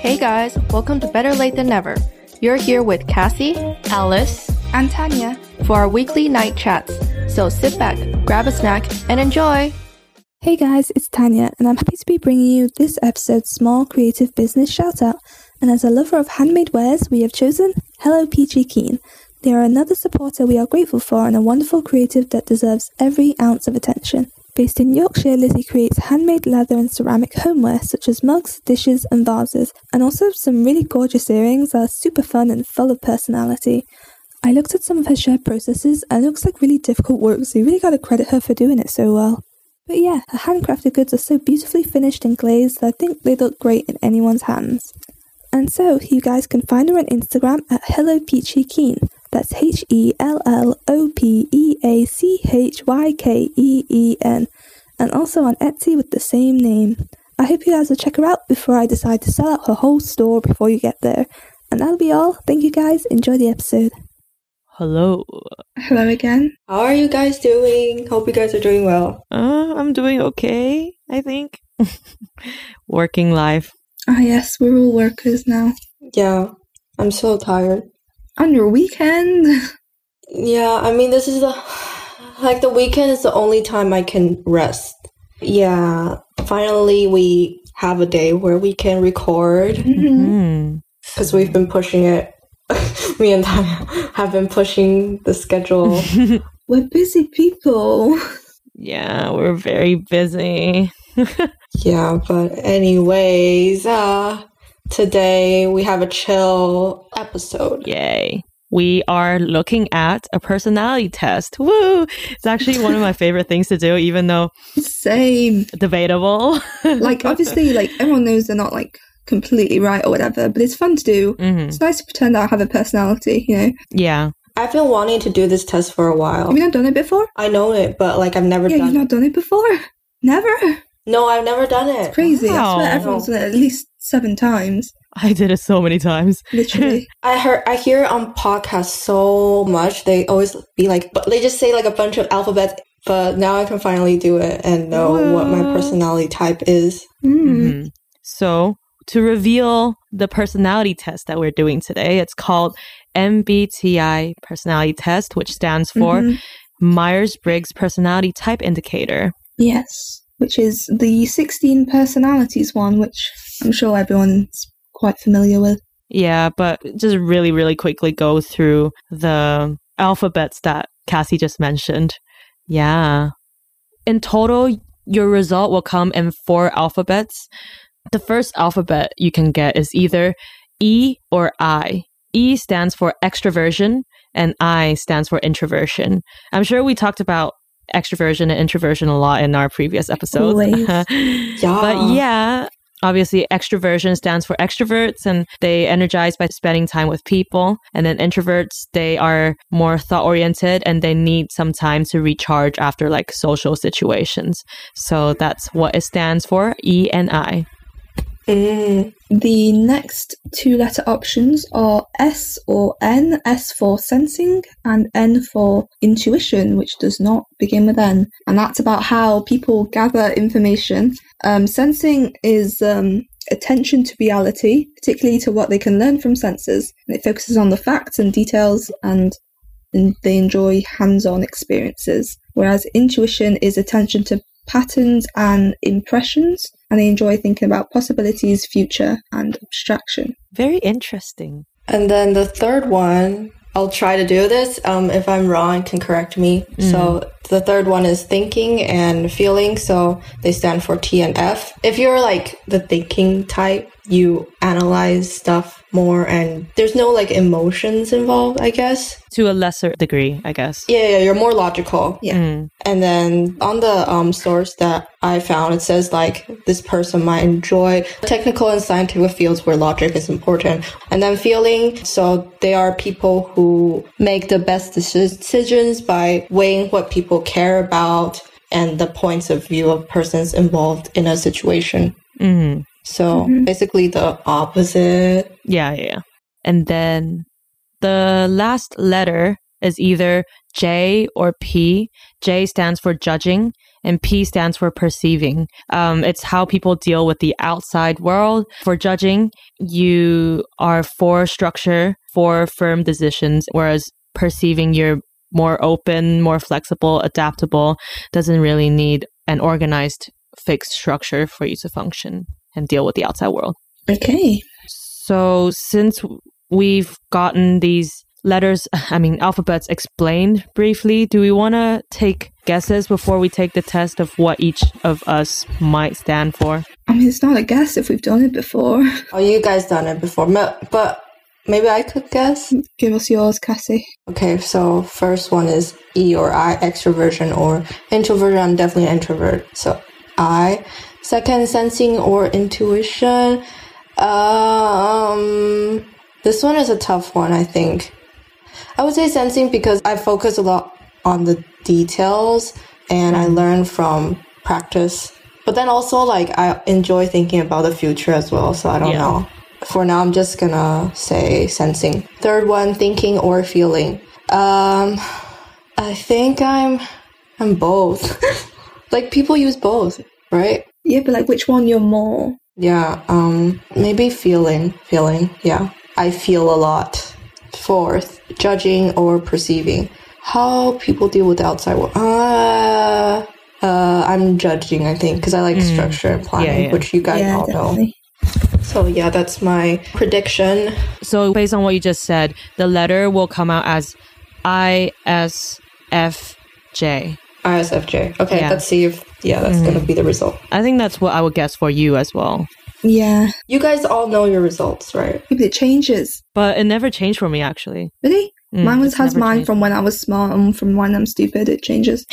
Hey guys, welcome to Better Late Than Never. You're here with Cassie Alice. I'm Tanya. for our weekly night chats. So sit back, grab a snack, and enjoy! Hey guys, it's Tanya, and I'm happy to be bringing you this episode's small creative business shout out. And as a lover of handmade wares, we have chosen Hello PG Keen. They are another supporter we are grateful for and a wonderful creative that deserves every ounce of attention. Based in Yorkshire, Lizzie creates handmade leather and ceramic homeware such as mugs, dishes, and vases, and also some really gorgeous earrings that are super fun and full of personality. I looked at some of her shared processes and it looks like really difficult work, so you really gotta credit her for doing it so well. But yeah, her handcrafted goods are so beautifully finished and glazed that I think they look great in anyone's hands. And so you guys can find her on Instagram at Hello Peachy Keen. That's H E L L O P E A C H Y K E E N. And also on Etsy with the same name. I hope you guys will check her out before I decide to sell out her whole store before you get there. And that'll be all. Thank you guys. Enjoy the episode. Hello. Hello again. How are you guys doing? Hope you guys are doing well. Uh, I'm doing okay, I think. Working life. Ah, yes, we're all workers now. Yeah, I'm so tired. On your weekend. Yeah, I mean, this is the like the weekend is the only time I can rest. Yeah, finally we have a day where we can record Mm. because we've been pushing it. Me and Tanya have been pushing the schedule. We're busy people. yeah, we're very busy. yeah, but anyways, uh today we have a chill episode. Yay. We are looking at a personality test. Woo! It's actually one of my favorite things to do, even though Same. debatable. Like, obviously, like, everyone knows they're not, like, completely right or whatever, but it's fun to do. Mhm. It's nice to pretend I have a personality, you know? Yeah. I've been wanting to do this test for a while. Have you not done it before? I know it, but like I've never yeah, done you've not done it before? Never. No, I've never done it. Crazy. I Wow. swear everyone's done it at least seven times. I did it so many times. Literally. I heard I hear it on podcasts so much. They always be like, but they just say like a bunch of alphabets. But now I can finally do it and know what my Wow. personality type is. mm. Mhm. So, to reveal the personality test that we're doing today, it's called MBTI personality test, which stands for Mhm. Myers Briggs Personality Type Indicator. Yes. Which is the 16 personalities one, which I'm sure everyone's quite familiar with. Yeah, but just really, really quickly go through the alphabets that Cassie just mentioned. Yeah. In total, your result will come in four alphabets. The first alphabet you can get is either E or I. E stands for extroversion and I stands for introversion. I'm sure we talked about extroversion and introversion a lot in our previous episodes. Always. Yeah. But yeah, obviously extroversion stands for extroverts and they energize by spending time with people. And then introverts, they are more thought oriented and they need some time to recharge after like social situations. So that's what it stands for, E and I. Mm. The next two letter options are S or N, S for sensing and N for intuition, which does not begin with N. And that's about how people gather information. Um, sensing is um, attention to reality, particularly to what they can learn from senses. And it focuses on the facts and details and and they enjoy hands-on experiences whereas intuition is attention to patterns and impressions and they enjoy thinking about possibilities future and abstraction Very interesting. And then the third one, I'll try to do this. Um, if I'm wrong, can correct me. So the third one is thinking and feeling. So they stand for T and F. If you're like the thinking type, you analyze stuff more, and there's no like emotions involved. I guess. To a lesser degree, I guess. Yeah, yeah, you're more logical. Yeah. Mm. And then on the um, source that I found, it says like this person might enjoy technical and scientific fields where logic is important. And then feeling, so they are people who make the best deci- decisions by weighing what people care about and the points of view of persons involved in a situation. Mm. So basically the opposite. Yeah, yeah, yeah. And then the last letter is either J or P. J stands for judging, and P stands for perceiving. Um, it's how people deal with the outside world. For judging, you are for structure, for firm decisions, whereas perceiving, you're more open, more flexible, adaptable, doesn't really need an organized, fixed structure for you to function and deal with the outside world. Okay. So since we've gotten these letters, I mean alphabets explained briefly, do we want to take guesses before we take the test of what each of us might stand for? I mean, it's not a guess if we've done it before. Oh, you guys done it before, ma- but maybe I could guess. Give us yours, Cassie. Okay, so first one is E or I, extroversion or introversion. I'm definitely an introvert, so I. Second, sensing or intuition. Um, this one is a tough one, I think. I would say sensing because I focus a lot on the details and I learn from practice. But then also, like, I enjoy thinking about the future as well, so I don't Yeah. know. For now, I'm just gonna say sensing. Third one, thinking or feeling. Um, I think I'm, I'm both. like people use both, right? Yeah, but like which one you're more? Yeah, um, maybe feeling, feeling, yeah. I feel a lot. Fourth, judging or perceiving. How people deal with the outside world. Uh, uh, I'm judging, I think, because I like structure and planning, Mm. yeah. which you guys yeah, all know. definitely. So, yeah, that's my prediction. So based on what you just said, the letter will come out as I S F J. ISFJ. Okay, Yeah. Mm. let's see if, yeah, that's going to be the result. I think that's what I would guess for you as well. Yeah. You guys all know your results, right? Yeah, but it changes. But it never changed for me actually. Really? Mm, mine was, it's has never mine changed. from when I was smart and from when I'm stupid. It changes.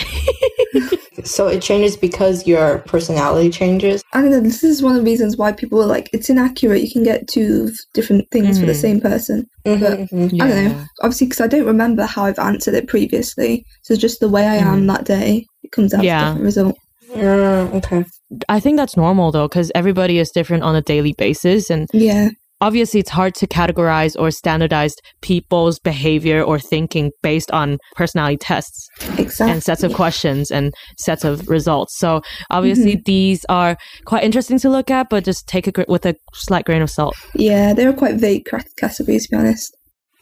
So, it changes because your personality changes. I don't know. This is one of the reasons why people are like, it's inaccurate. You can get two different things for the Mm. same person. Mm-hmm. Mhm, mhm. I don't Yeah. know. Obviously, because I don't remember how I've answered it previously. So just the way I am that day, it comes out Mm. Yeah. as a different result. Mm, okay. I think that's normal though, because everybody is different on a daily basis. And Yeah. obviously, it's hard to categorize or standardize people's behavior or thinking based on personality tests Exactly. and sets of questions and sets of results. So, obviously, these are quite interesting to look at, but just take it gr- with a slight grain of salt. Yeah, they were quite vague cra- categories, to be honest.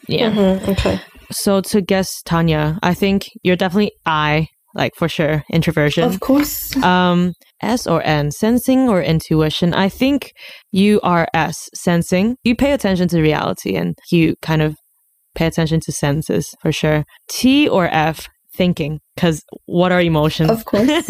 Yeah. Mhm, okay. So, to guess, Tanya, I think you're definitely I, like for sure, introversion. Of course. um s or n sensing or intuition i think you are s sensing you pay attention to reality and you kind of pay attention to senses for sure t or f thinking because what are emotions Of course.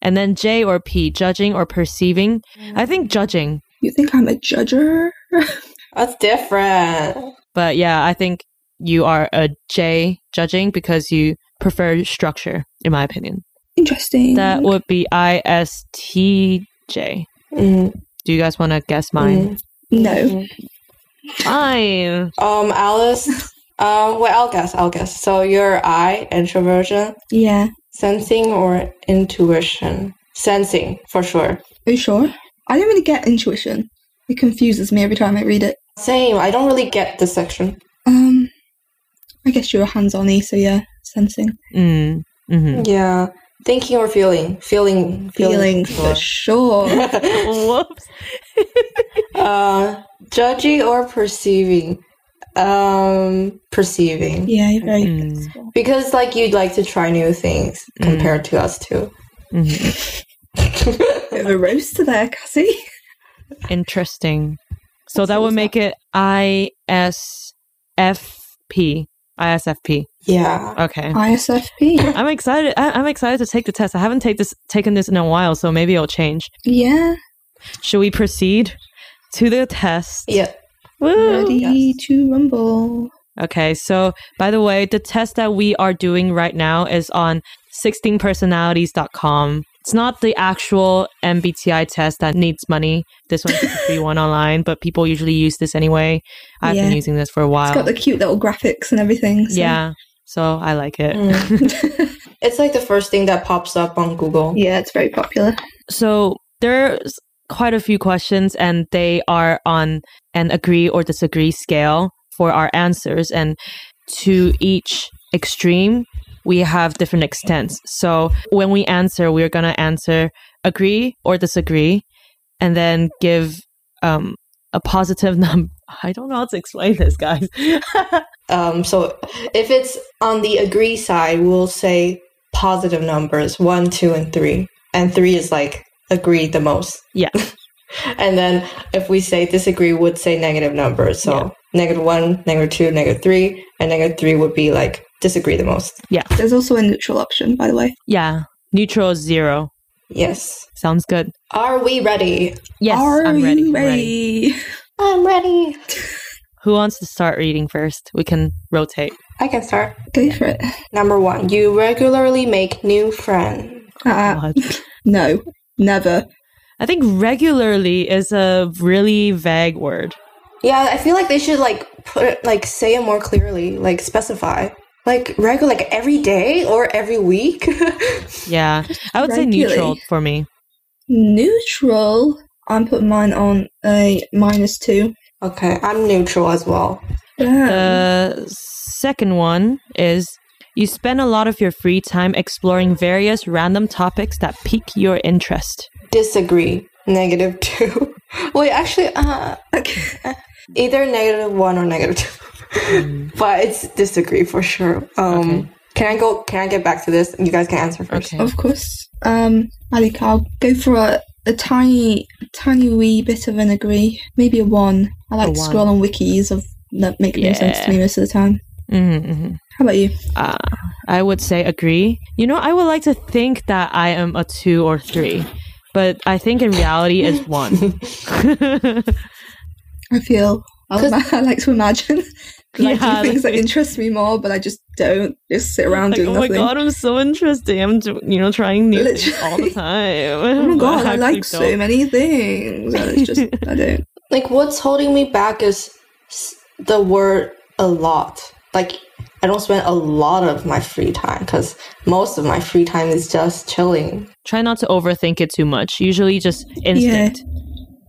and then j or p judging or perceiving i Mm. think judging You think I'm a judger? That's different. but yeah i think you are a j judging because you prefer structure in my opinion Interesting. that would be i s t j Mm, Do you guys want to guess Mm-hmm. Oh, mine? no. Mine. Mm-hmm. Um, Alice. um, well, I'll guess. I'll guess. So you're I introversion, Yeah. sensing or intuition? Sensing for sure. Are you sure? I don't really get intuition. It confuses me every time I read it. Same. I don't really get this section. Um, I guess you're a hands-on, so yeah, sensing, Mm. mm-hmm. hmm Yeah. Thinking or feeling? Feeling. feeling for for sure. sure. Whoops. uh, judging or perceiving? Um, perceiving. yeah, you're very Mm. flexible. Because like you'd like to try new things Hmm. compared to us too. Mhm. Bit of a roaster there, Cassie. Interesting. So that what would was make it I S F P. I S F P. yeah. Okay. Oh. ISFP. I'm excited. I- I'm excited to take the test. I haven't take this taken this in a while, so maybe it'll change. Yeah, Should we proceed to the test? Yeah. Woo! ready yes. to rumble. Okay, so by the way, the test that we are doing right now is on 16personalities.com. It's not the actual MBTI test that needs money. This one's a free one online, but people usually use this anyway. I've been Yeah. using this for a while. It's got the cute little graphics and everything. so- yeah, so I like it. Mm. It's like the first thing that pops up on Google. yeah, it's very popular. So there's quite a few questions, and they are on an agree or disagree scale for our answers. And to each extreme, we have different extents. So when we answer, we're going to answer agree or disagree, and then give um, a positive number. I don't know how to explain this, guys. Um, so if it's on the agree side, we'll say positive numbers one, two, and three. And three is like agree the most. Yeah. and then if we say disagree, would say negative numbers. So negative one, negative two, negative three, and negative three would be like disagree the most. There's also a neutral option, by the way. yeah. Neutral is zero. Yes. Sounds good. Are we ready? Yes, Are I'm you ready. I'm ready? I'm ready. Who wants to start reading first? We can rotate. I can start. Go for it. Uh, Number one, you regularly make new friends. Uh, God. no, never. I think regularly is a really vague word. Yeah, I feel like they should like put it, like say it more clearly, like specify. Like regular like every day or every week. Yeah. I would say Regularly. neutral for me. Neutral. I'm putting mine on a minus two. okay, I'm neutral as well. Damn. The second one is you spend a lot of your free time exploring various random topics that pique your interest. Disagree. Negative 2. Wait, actually uh okay. either negative 1 or negative 2. but it's disagree for sure. Um Okay. can I go can I get back to this? You guys can answer first. Okay. Of course. Um, I think I'll go for a, a tiny, tiny wee bit of an agree. Maybe a one. I like A to one. scroll on wikis of that make no sense to me most of the time. Mm-hmm, hmm How about you? Uh, I would say agree. You know, I would like to think that I am a two or three, but I think in reality it's one. I feel I, would- I like to imagine like Yeah, do things that like- interest me more, but I just don't. Just sit around Like, doing oh nothing. my god, I'm so interesting. I'm do- you know trying new things all the Literally. time. Oh my god, I like so many things. And it's just I don't. like what's holding me back is s- the word a lot like i don't spend a lot of my free time because most of my free time is just chilling Try not to overthink it too much. Usually, just instant.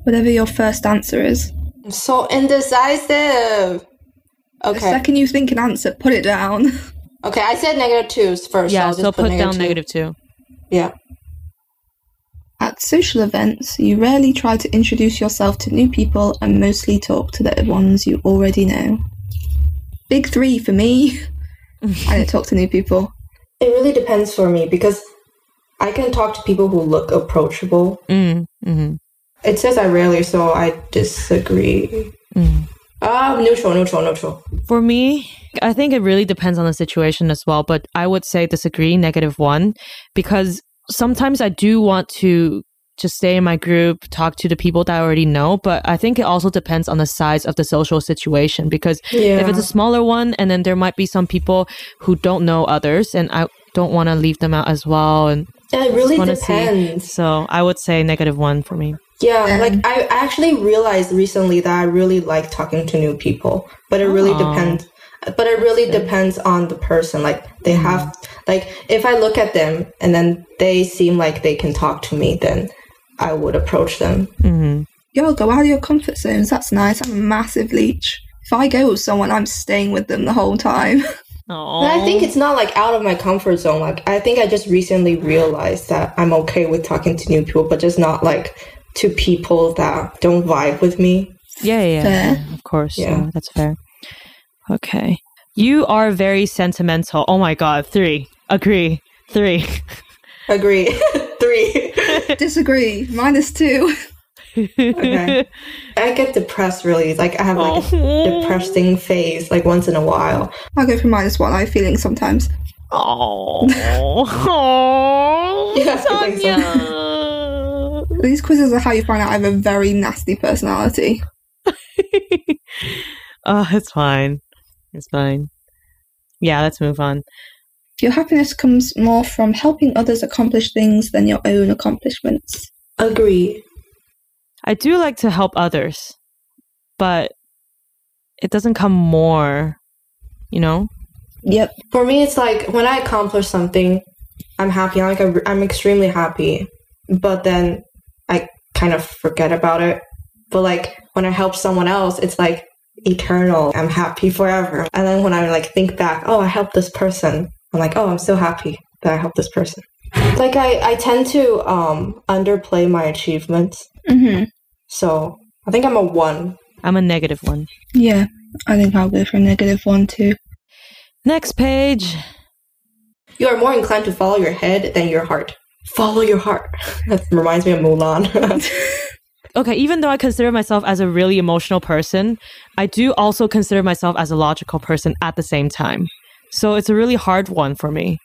Whatever your first answer is, i'm so indecisive the okay second you think an answer, put it down. okay i said negative twos first Yeah, I'll so just put, down two. negative two. yeah At social events, you rarely try to introduce yourself to new people and mostly talk to the ones you already know. Big three for me. I don't talk to new people. it really depends for me because i can talk to people who look approachable Mm, mhm. it says i rarely so i disagree Mm. Ah, neutral neutral neutral For me, I think it really depends on the situation as well, but I would say disagree, negative one, because sometimes I do want to just stay in my group, talk to the people that I already know, but I think it also depends on the size of the social situation because yeah if it's a smaller one and then there might be some people who don't know others and I don't want to leave them out as well and yeah, it really wanna see- depends so I would say negative 1 for me. Yeah, Um, like I actually realized recently that I really like talking to new people, but it really Oh. depends. But it really depends on the person. Like they have, like if I look at them and then they seem like they can talk to me, then I would approach them. hmm Yo, go out of your comfort zones. That's nice. I'm a massive leech. If I go with someone, I'm staying with them the whole time. But I Oh. think it's not like out of my comfort zone. Like I think I just recently realized that I'm okay with talking to new people, but just not like to people that don't vibe with me. Yeah, yeah, yeah, Fair. yeah, of course. Yeah. Yeah. that's fair. Okay. You are very sentimental. Oh my god, three. Agree. Three. Agree. Three. Disagree. Minus two. Okay. I get depressed really. Like I have like a depressing phase like once in a while. I'll go for minus one. I have feelings sometimes. Oh. oh. You have to think Tanya. These quizzes are how you find out I have a very nasty personality. oh, it's fine. It's fine. Yeah, let's move on. Your happiness comes more from helping others accomplish things than your own accomplishments. Agree. I do like to help others, but it doesn't come more, you know? Yep. For me it's like when I accomplish something I'm happy. I'm like I'm extremely happy. But then I kind of forget about it. But like when I help someone else it's like eternal. I'm happy forever. And then when I like think back, oh, I helped this person. I'm like, oh, I'm so happy that I helped this person. Like I, I tend to um underplay my achievements. Mm-hmm. So I think I'm a one. I'm a negative one. Yeah, I think I'll go for a negative one too. Next page. You are more inclined to follow your head than your heart. Follow your heart. That reminds me of Mulan. Okay, even though I consider myself as a really emotional person, I do also consider myself as a logical person at the same time. So it's a really hard one for me.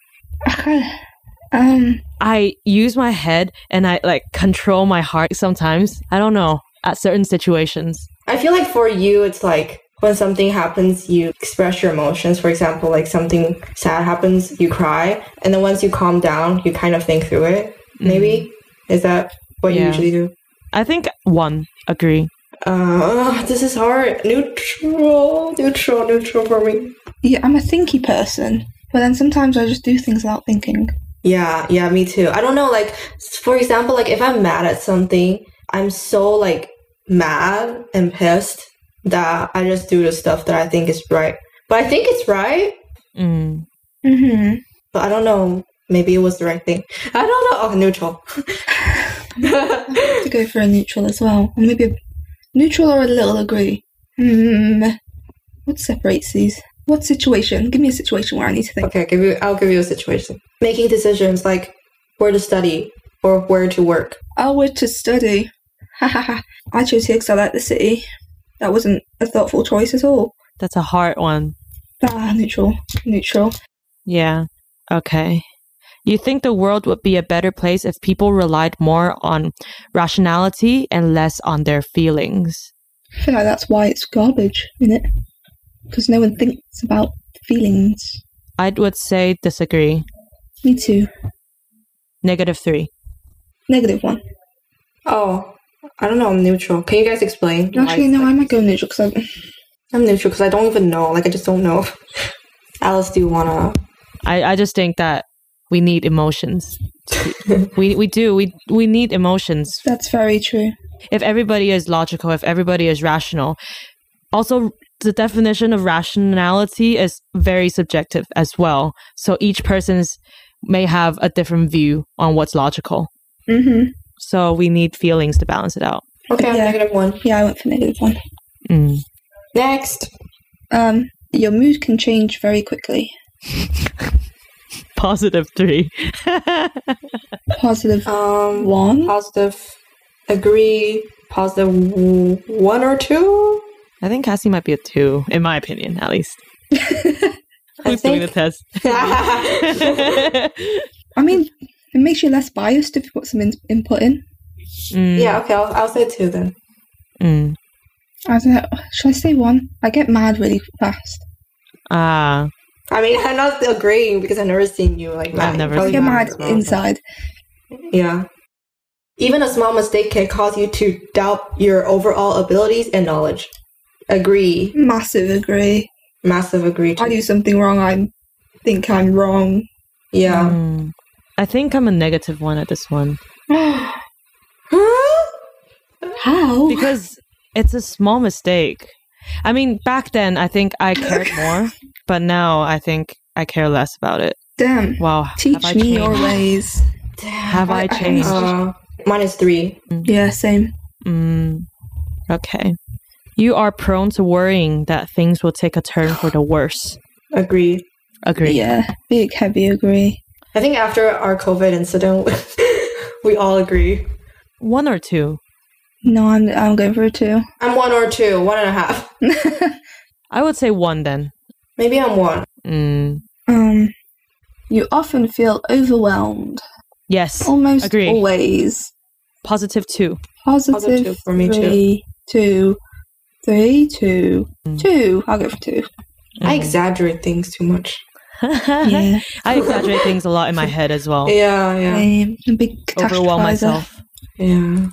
um, I use my head and I like control my heart sometimes. I don't know, at certain situations. I feel like for you, it's like when something happens, you express your emotions. For example, like something sad happens, you cry. And then once you calm down, you kind of think through it. Maybe? Is that what you Yeah. usually do? I think one, agree. Uh, this is hard. Neutral, neutral, neutral for me. yeah, I'm a thinky person, but then sometimes I just do things without thinking. Yeah, yeah, me too. I don't know, like, for example, like if I'm mad at something, I'm so like mad and pissed that I just do the stuff that I think is right. But I think it's right, Mm. Mm-hmm. but I don't know. Maybe it was the right thing. I don't know. Oh, neutral. To go for a neutral as well, or maybe a neutral or a little agree. Hmm. What separates these? What situation? Give me a situation where I need to think. okay, I'll give you. I'll give you a situation. Making decisions like where to study or where to work. I went to study. Ha ha ha. I chose here because I like the city. That wasn't a thoughtful choice at all. That's a hard one. Ah, neutral. Neutral. Yeah. Okay. You think the world would be a better place if people relied more on rationality and less on their feelings. I feel like that's why it's garbage, isn't it? Because no one thinks about feelings. I would say disagree. Me too. Negative three. Negative one. Oh, I don't know. I'm neutral. Can you guys explain? why Actually, it's no, like- I might go neutral because I. I'm neutral because I don't even know. Like I just don't know. Alice, do you wanna? I, I just think that we need emotions. we we do. We we need emotions. That's very true. If everybody is logical, if everybody is rational. Also the definition of rationality is very subjective as well. So each person's may have a different view on what's logical. hmm So we need feelings to balance it out. Okay, I'm Yeah. negative one. Yeah, I went for negative one. Mm. Next. Um, your mood can change very quickly. Positive three. Positive Um, one. positive. Agree. Positive w- one or two. I think Cassie might be a two, in my opinion, at least. I Who's doing the think. test? I mean, it makes you less biased if you put some in- input in. Mm, yeah. Okay. I'll, I'll say two then. mm. I don't know. Should I say one? I get mad really fast. Ah, I mean, I'm not agreeing because I've never seen you like mad. I've never Probably I get yeah, mad as well. inside. Yeah. Even a small mistake can cause you to doubt your overall abilities and knowledge. Agree. Massive agree. Massive agree. I To- do something wrong. I think I'm wrong. yeah. mm. I think I'm a negative one at this one Huh? How? because it's a small mistake. I mean, back then I think I cared more, but now I think I care less about it. Damn. Wow, have Teach I me your changed? ways. Have I I- I- changed? Uh, minus three. Yeah, same. Mm, okay. You are prone to worrying that things will take a turn for the worse. Agree. Agree. Yeah, big heavy agree. I think after our COVID incident, we all agree. One or two. No, I'm I'm going for a two. I'm one or two, one and a half. I would say one then. Maybe I'm one. Mm. um, you often feel overwhelmed, Yes. almost Agree. always. Positive two. Positive, Positive two for me too. three, two, three, two, Mm. two. I'll go for two. I Mm-hmm. exaggerate things too much. Uh-huh. Yeah, Hmm. I exaggerate things a lot in my head as well. Yeah, yeah, I'm a big Overwhelm catastrophizer. myself. yeah.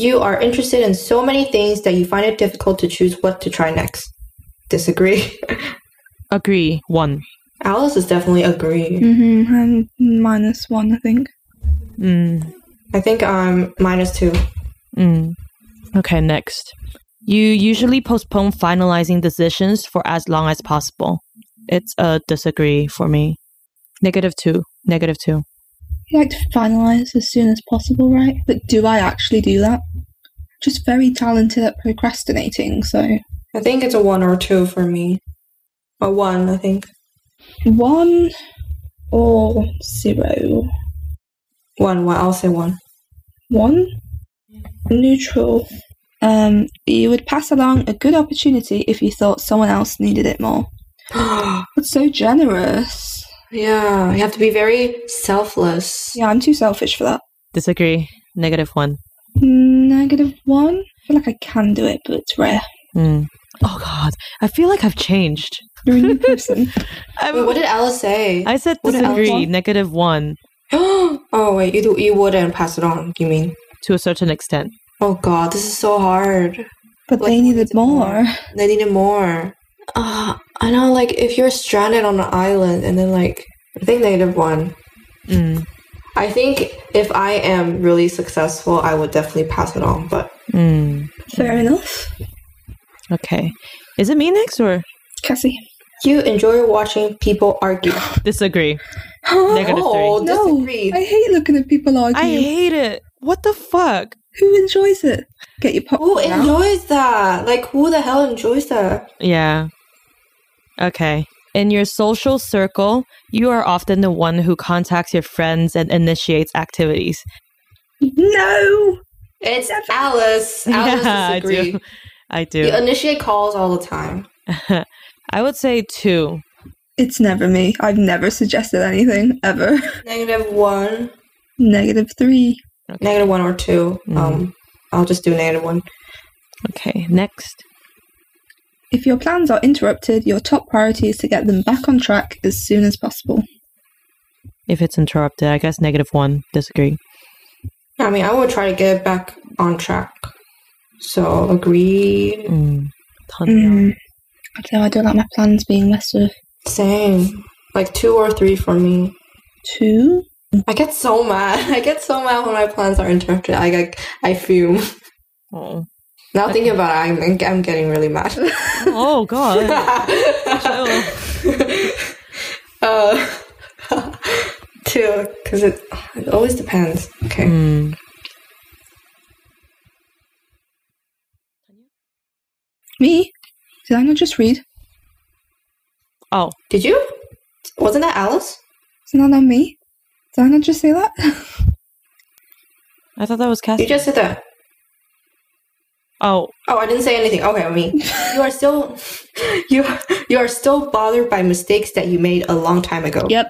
You are interested in so many things that you find it difficult to choose what to try next. Disagree. Agree. One. Alice is definitely agree. Mm-hmm. I'm minus one, I think. Mm. I think I'm minus two. Mm. Okay, next. You usually postpone finalizing decisions for as long as possible. It's a disagree for me. Negative two. Negative two. You like to finalise as soon as possible, right? But do I actually do that? Just very talented at procrastinating, so I think it's a one or two for me. A one, I think. one or zero. One, one. I'll say one. One neutral. Um, you would pass along a good opportunity if you thought someone else needed it more. That's so generous. yeah, you have to be very selfless. Yeah, I'm too selfish for that. Disagree. Negative one. Negative one. I feel like I can do it, but it's rare. Mm. Oh God, I feel like I've changed. You're a new person. I'm- Wait, what did Alice say? I said what did Alice disagree. want? Negative one oh wait, you do, you wouldn't pass it on. You mean? to a certain extent. Oh god, this is so hard. But Like, they needed it's more. They needed more. Uh, I know, like if you're stranded on an island and then like I think negative one. Mm. I think if I am really successful, I would definitely pass it on. But Mm. Fair enough. Okay, is it me next or Cassie. you enjoy watching people argue. disagree? I Negative oh, three. No, disagree. hate looking at people argue. I hate it. What the fuck? Who enjoys it? Get your popcorn Who out. enjoys that? Like, who the hell enjoys that? Yeah. Okay. In your social circle, you are often the one who contacts your friends and initiates activities. No. It's Alice. Alice I disagree. do. I You do. initiate calls all the time. I would say two. It's never me. I've never suggested anything ever. Negative one, Negative three. negative one or two. Mm. Um, I'll just do negative one. Okay. Next. If your plans are interrupted, your top priority is to get them back on track as soon as possible. If it's interrupted, I guess negative one. Disagree. I mean, I would try to get it back on track. So agree. Mm. Ton- Mm. I don't know, I don't like my plans being messed with. Same. Like two or three for me. Two? I get so mad. I get so mad when my plans are interrupted. I get, I fume. Oh. Now thinking about it, I'm, I'm getting really mad. oh God. uh, two, because it, it always depends. Okay. Mm. Me? Did I not just read? Oh. Did you? Wasn't that Alice? Isn't that on me? Did I not just say that? I thought that was Cassie. You just said that. oh. Oh, I didn't say anything. Okay, me. You are still, you you are still bothered by mistakes that you made a long time ago. yep.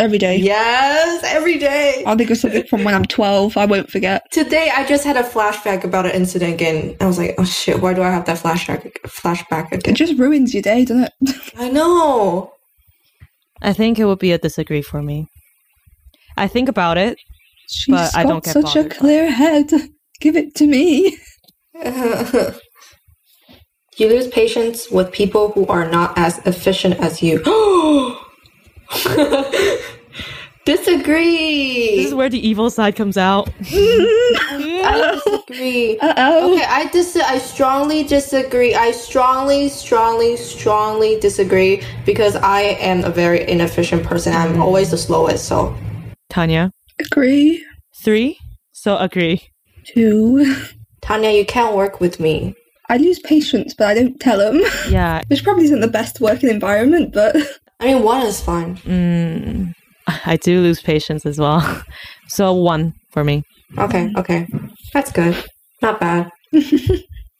Every day. Yes, every day. I'll think of something from when I'm 12. I won't forget. Today, I just had a flashback about an incident again. I was like, oh shit, why do I have that flashback flashback It again? just ruins your day, doesn't it? I know. I think it would be a disagree for me. I think about it. She's But I got don't get such a bothered by it. clear head. Give it to me. you lose patience with people who are not as efficient as you. This is disagree. where the evil side comes out. I disagree. Uh oh. Okay, I dis- I strongly disagree. I strongly, strongly, strongly disagree because I am a very inefficient person. I'm always the slowest. So Tanya. Agree. Three. So agree. Two. Tanya, you can't work with me. I lose patience, but I don't tell them, Yeah. which probably isn't the best working environment, but I mean, one is fine. Mm, I do lose patience as well. So one for me. Okay, okay, that's good. Not bad.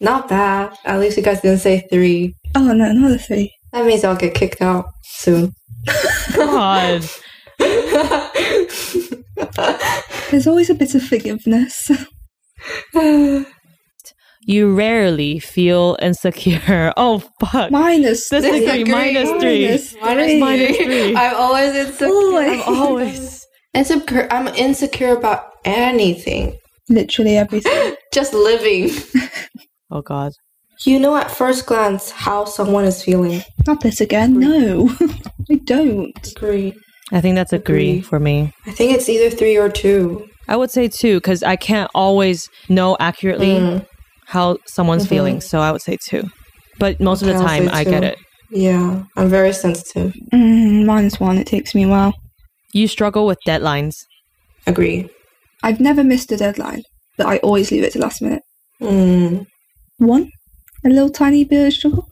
Not bad. At least you guys didn't say three. oh no, another three. That means I'll get kicked out soon. God. There's always a bit of forgiveness. you rarely feel insecure. Oh fuck. Minus Disagree, three. minus three. Minus Minus three. Oh Minus three. I'm always insecure. Always. I'm always Insecure. I'm insecure about anything. Literally everything. Just living. Oh god. You know at first glance how someone is feeling. Not this again. No, I don't. Agree. I think that's agree, Agree. for me. I think it's either three or two. I would say two because I can't always know accurately how someone's Mhm. feeling. So I would say two. But most of Okay, the I'll say time, I get two. it. Yeah, I'm very sensitive. Mm, minus one. It takes me a while. You struggle with deadlines. Agree. I've never missed a deadline, but I always leave it to last minute. Mm. One, a little tiny bit of struggle.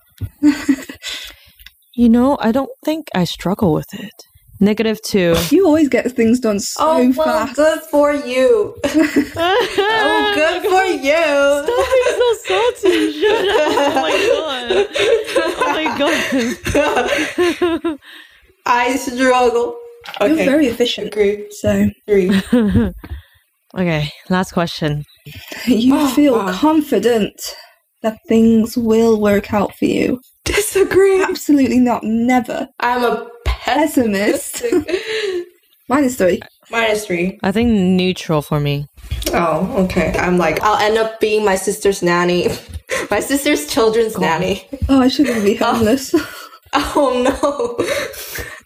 You know, I don't think I struggle with it. Negative two. You always get things done so oh, well, fast. good for you. oh, oh, good for you. Stop being so salty. Shut up. Oh my god. Oh my god. I struggle. Okay. You're very efficient. agree. So Three. okay, last question. you Oh, feel wow. confident that things will work out for you. Disagree. Absolutely not. Never. I'm a Pessimist. Minus three. Minus three. I think neutral for me. Oh, okay. I'm like, I'll end up being my sister's nanny. my sister's children's nanny. Oh, I shouldn't be Ah. homeless. Oh, no.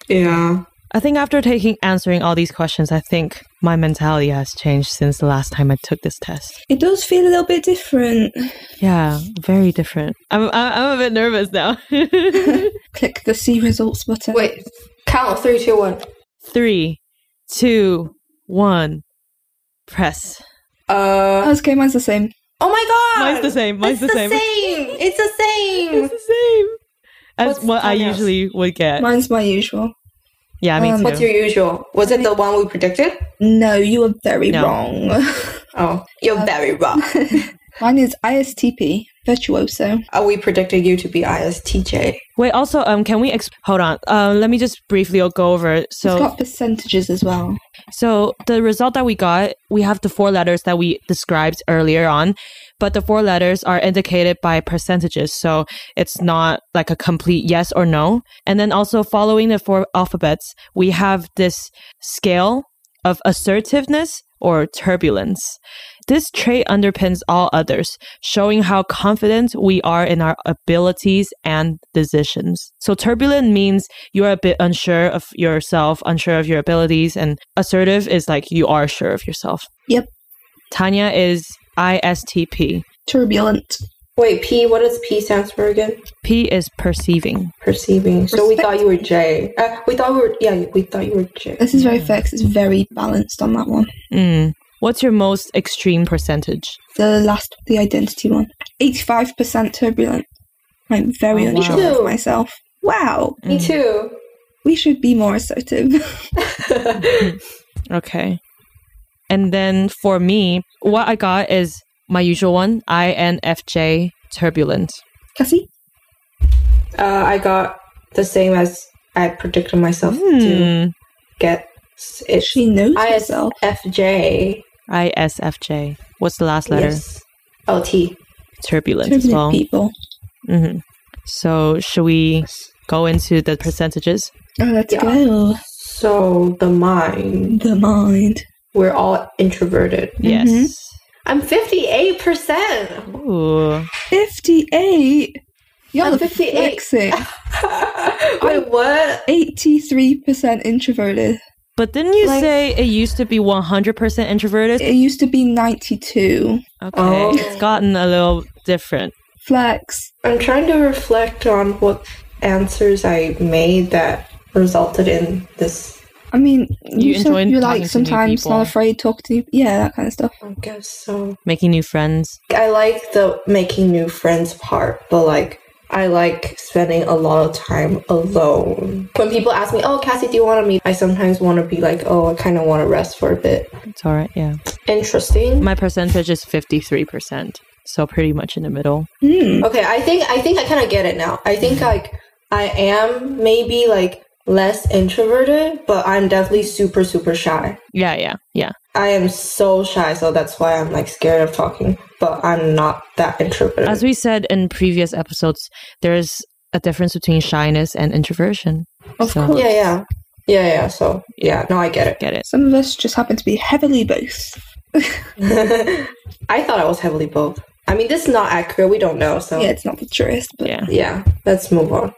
Yeah. I think after taking answering all these questions, I think my mentality has changed since the last time I took this test. it does feel a little bit different. Yeah, very different. I'm I- I'm a bit nervous now. Click the see results button. Wait. Count three, two, one. Three, two, one, press. Uh. Oh, it's okay, mine's the same. Oh my god! Mine's the same. Mine's it's the same. It's the same. It's the same as What's what I someone else? usually would get. Mine's my usual. yeah, me um, too. What's your usual? Was it the one we predicted? No, you are very No. wrong. Oh, you're Uh, very wrong. Mine is ISTP, virtuoso. Uh, we predicted you to be ISTJ. Wait, also, um, can we exp- hold on? Um, let me just briefly go over. it. So, it's got percentages as well. so the result that we got, we have the four letters that we described earlier on, but the four letters are indicated by percentages, so it's not like a complete yes or no. And then also following the four alphabets, we have this scale of assertiveness or turbulence. This trait underpins all others, showing how confident we are in our abilities and decisions. So, turbulent means you're a bit unsure of yourself, unsure of your abilities, and assertive is like you are sure of yourself. Yep. Tanya is ISTP. Turbulent. Wait, P, what does P stands for again? P is perceiving. Perceiving. So we thought you were J. Uh, we thought we were, yeah, we thought you were J. This is very fair 'cause it's very balanced on that one. Mm. What's your most extreme percentage? The last, the identity one. 85% turbulent. I'm very Oh, wow. unsure Ew. of myself. Wow. Me Mm. too. We should be more assertive. Okay. And then for me, what I got is my usual one INFJ turbulent. Cassie? Uh, I got the same as I predicted myself to Hmm. get. It. She knows herself. ISFJ. ISFJ. What's the last letter? Yes. Oh, T. Turbulent, as Turbulent well. people. hmm So, should we go into the percentages? Oh, let's Yeah. go. So the mind. The mind. We're all introverted. Mm-hmm. Yes. I'm 58%. Ooh. 58. You're Oh, I'm the 58. 58. Wait, what? 83% introverted. But didn't you Like- say it used to be 100% introverted? It used to be 92. Okay. Oh. It's gotten a little different. Flex. I'm trying to reflect on what answers I made that resulted in this. I mean, you, You so- enjoy you're talking to like new sometimes people. not afraid to talk to new Yeah, that kind of stuff. I guess so. Making new friends. I like the making new friends part, but like, I like spending a lot of time alone. When people ask me, Oh, Cassie, do you want to meet? I sometimes want to be like, Oh, I kind of want to rest for a bit. It's all right. Yeah. Interesting. My percentage is 53%. So, pretty much in the middle. Hmm. Okay, I think I think I kind of get it now. I think like I am maybe like less introverted, but I'm definitely super super shy. Yeah. Yeah. Yeah. I am so shy, so that's why I'm like scared of talking, but I'm not that introverted. As we said in previous episodes, there's a difference between shyness and introversion. Of So- course. yeah, yeah. Yeah, yeah. So, yeah, no, I get it. Get it. Some of us just happen to be heavily both. I thought I was heavily both. I mean, this is not accurate. We don't know, so Yeah, it's not the truest, but Yeah. yeah, let's move on.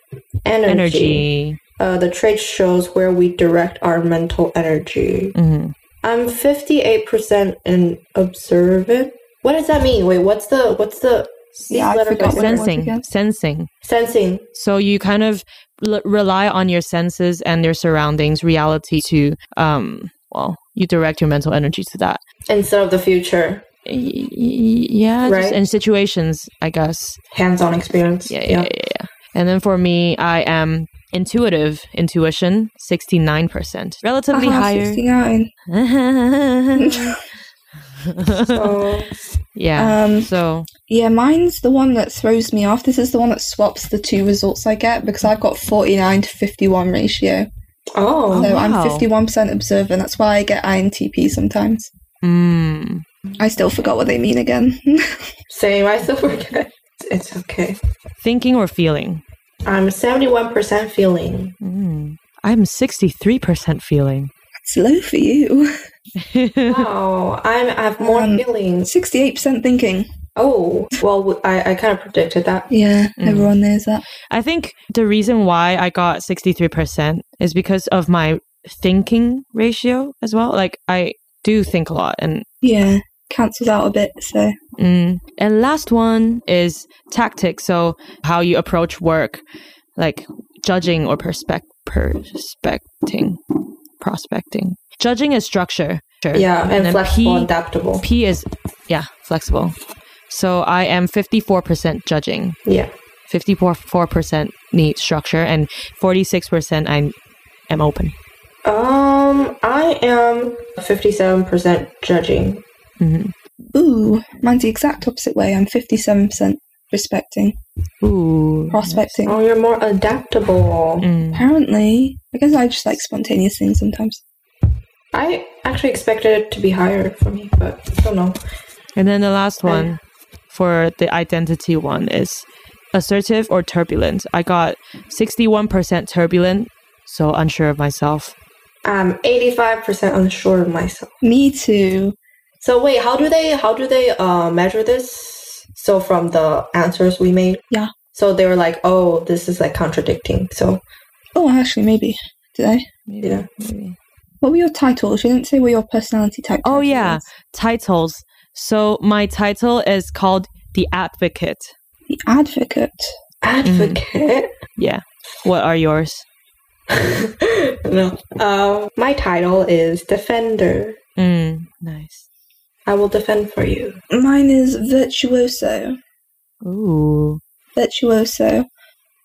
Energy. Energy. Uh, the trait shows where we direct our mental energy. Mhm. I'm 58% in observant. What does that mean? Wait, what's the what's the these Yeah, I letter forgot got- what it was Sensing, again. sensing. sensing. So you kind of l- rely on your senses and your surroundings, reality to, um, well, you direct your mental energy to that. instead of the future Y- y- yeah, Right. just in situations, I guess. hands-on experience Yeah, yeah, yeah, yeah. And then for me, I am intuitive, intuition, 69%. Relatively Aha, higher. 69. So, yeah. Um, so, yeah, mine's the one that throws me off. This is the one that swaps the two results I get because I've got 49 to 51 ratio. oh so wow. I'm 51% observant. That's why I get INTP sometimes. mm, I still forgot what they mean again. same i still forget it's okay thinking or feeling? i'm 71% feeling Mm. I'm 63% feeling. it's low for you. wow i'm i have more Um, feelings 68% thinking. oh well i, I kind of predicted that Yeah, everyone knows that. I think the reason why I got 63% is because of my thinking ratio as well. Like, I do think a lot. And, Yeah, cancels out a bit, so. mm. and last one is tactics. So, how you approach work, like judging or perspect- perspecting, prospecting. Judging is structure. Sure. yeah and, then flexible P- adaptable P is, yeah, flexible. So, I am 54% judging. yeah 54% need structure and 46% I am open. um i am 57% judging hmm Ooh, mine's the exact opposite way. I'm 57% respecting, Ooh. prospecting. oh you're more adaptable Mm. Apparently, I guess I just like spontaneous things sometimes. i actually expected it to be higher for me but i don't know And then the last one for the identity one is assertive or turbulent. I got 61% turbulent, so unsure of myself. i'm 85% unsure of myself Me too. So wait, how do they how do they uh measure this? So from the answers we made? Yeah. So they were like, oh, this is like contradicting. So Oh, actually, maybe. Did I? Maybe, Yeah. maybe. What were your titles? You didn't say what your personality type Oh, title yeah. was. Titles. So my title is called The Advocate. The advocate. advocate. Yeah. What are yours? no. Um my title is defender. Mm, nice. I will defend for you. Mine is virtuoso. Ooh. Virtuoso.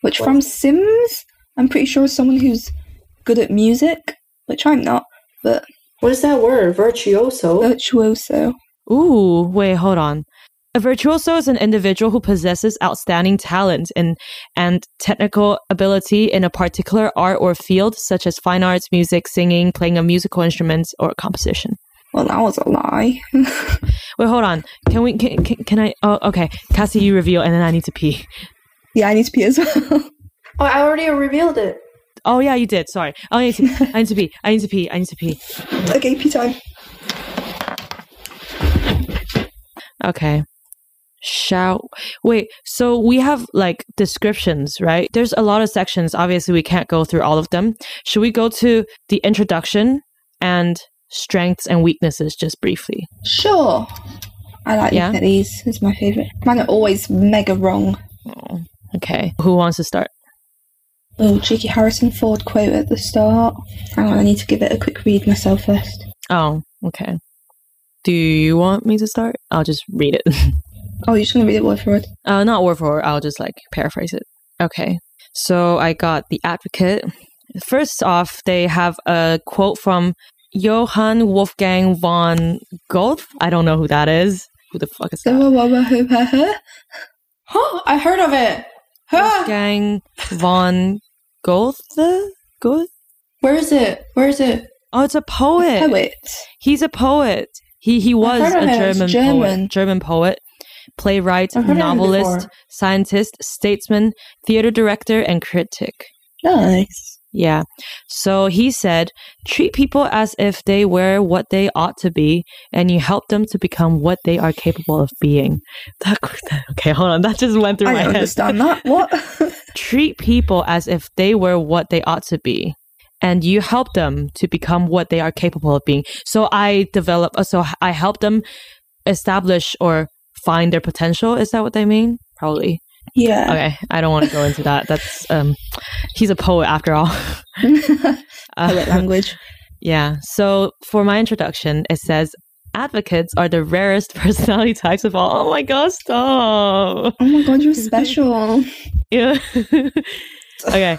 Which What from is that? Sims, I'm pretty sure is someone who's good at music, which I'm not. What is that word? Virtuoso. Virtuoso. Ooh, wait, hold on. A virtuoso is an individual who possesses outstanding talent and, and technical ability in a particular art or field, such as fine arts, music, singing, playing a musical instrument, or composition. Well, that was a lie. Wait, hold on. Can we? Can, can, can I? Oh, okay. Cassie, you reveal, and then I need to pee. yeah, I need to pee as well. Oh, I already revealed it. Oh yeah, you did. Sorry. Oh, I need to. I need to pee. I need to pee. I need to pee. okay, pee time. Okay. Shall wait, so we have like descriptions, right? There's a lot of sections. Obviously, we can't go through all of them. Should we go to the introduction and strengths and weaknesses just briefly? Sure. I like Yeah. looking at these. It's my favourite. Mine are always mega wrong. Oh, okay. Who wants to start? Oh, cheeky Harrison Ford quote at the start. Hang on, I need to give it a quick read myself first. Oh, okay. Do you want me to start? I'll just read it. Oh, you're just gonna read it word for word. Uh, not word for word. I'll just like paraphrase it. Okay. So I got the advocate. First off, they have a quote from Johann Wolfgang von Goethe. I don't know who that is. Who the fuck is that? So, uh, uh, who, her, her? Huh? I heard of it. Huh? Wolfgang von Goethe. Goethe. Where is it? Where is it? Oh, it's a poet. Poet. He's a poet. He he was a heard of him. German, It's German. poet. German poet, playwright, I've heard of him novelist, before. scientist, statesman, theater director, and critic. Nice. Yeah. So he said, treat people as if they were what they ought to be, and you help them to become what they are capable of being. That, okay, hold on. That just went through I my don't head. understand that. What? Treat people as if they were what they ought to be, and you help them to become what they are capable of being. So I develop, uh, so I help them establish or find their potential. Is that what they mean? Probably. Yeah. Okay, I don't want to go into that. That's um, he's a poet after all. Uh, Poet language. yeah. So for my introduction, it says advocates are the rarest personality types of all. Oh my gosh! Stop. Oh my god, you're special. Yeah. okay.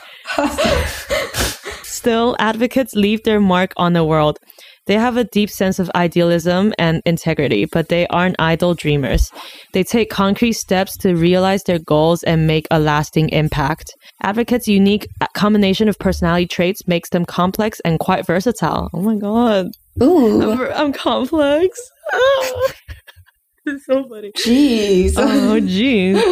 Still, advocates leave their mark on the world. They have a deep sense of idealism and integrity, but they aren't idle dreamers. They take concrete steps to realize their goals and make a lasting impact. Advocates' unique combination of personality traits makes them complex and quite versatile. Oh my god, Ooh, I'm, I'm complex. it's so funny. jeez. Oh, geez.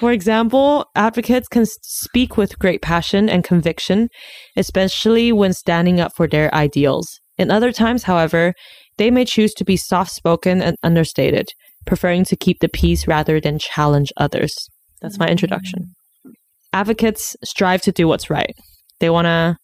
For example, advocates can s- speak with great passion and conviction, especially when standing up for their ideals. In other times, however, they may choose to be soft spoken and understated, preferring to keep the peace rather than challenge others. That's my introduction. Advocates strive to do what's right, they want to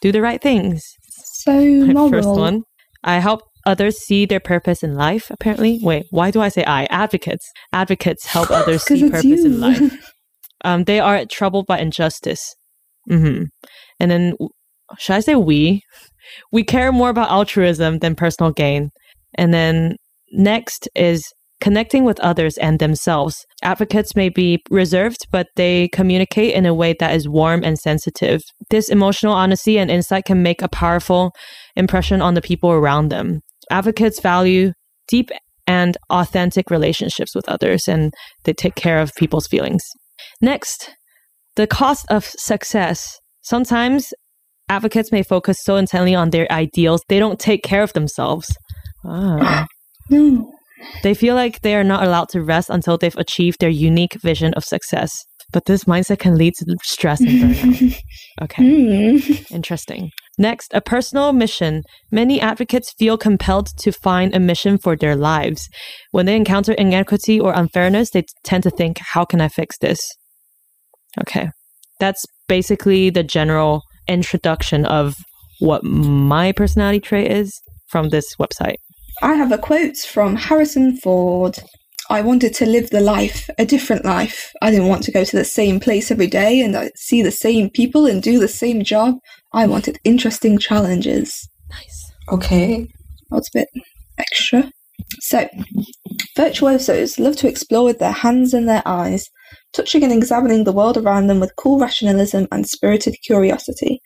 do the right things. so My moral. first one. I help others see their purpose in life, apparently. Wait, why do I say I? Advocates. Advocates help others 'Cause see it's purpose you. in life. Um, they are troubled by injustice. hmm And then, w- should I say we? We care more about altruism than personal gain. And then next is connecting with others and themselves. Advocates may be reserved, but they communicate in a way that is warm and sensitive. This emotional honesty and insight can make a powerful impression on the people around them. Advocates value deep and authentic relationships with others and they take care of people's feelings. Next, the cost of success. Sometimes advocates may focus so intently on their ideals, they don't take care of themselves. Ah. No. They feel like they are not allowed to rest until they've achieved their unique vision of success. But this mindset can lead to stress and burnout. Okay. Mm. Interesting. Next, a personal mission. Many advocates feel compelled to find a mission for their lives. When they encounter inequity or unfairness, they tend to think, how can I fix this? Okay. That's basically the general introduction of what my personality trait is from this website. I have a quote from Harrison Ford. I wanted to live the life, a different life. I didn't want to go to the same place every day and I see the same people and do the same job. I wanted interesting challenges. Nice. Okay. That's a bit extra. So, virtuosos love to explore with their hands and their eyes, touching and examining the world around them with cool rationalism and spirited curiosity.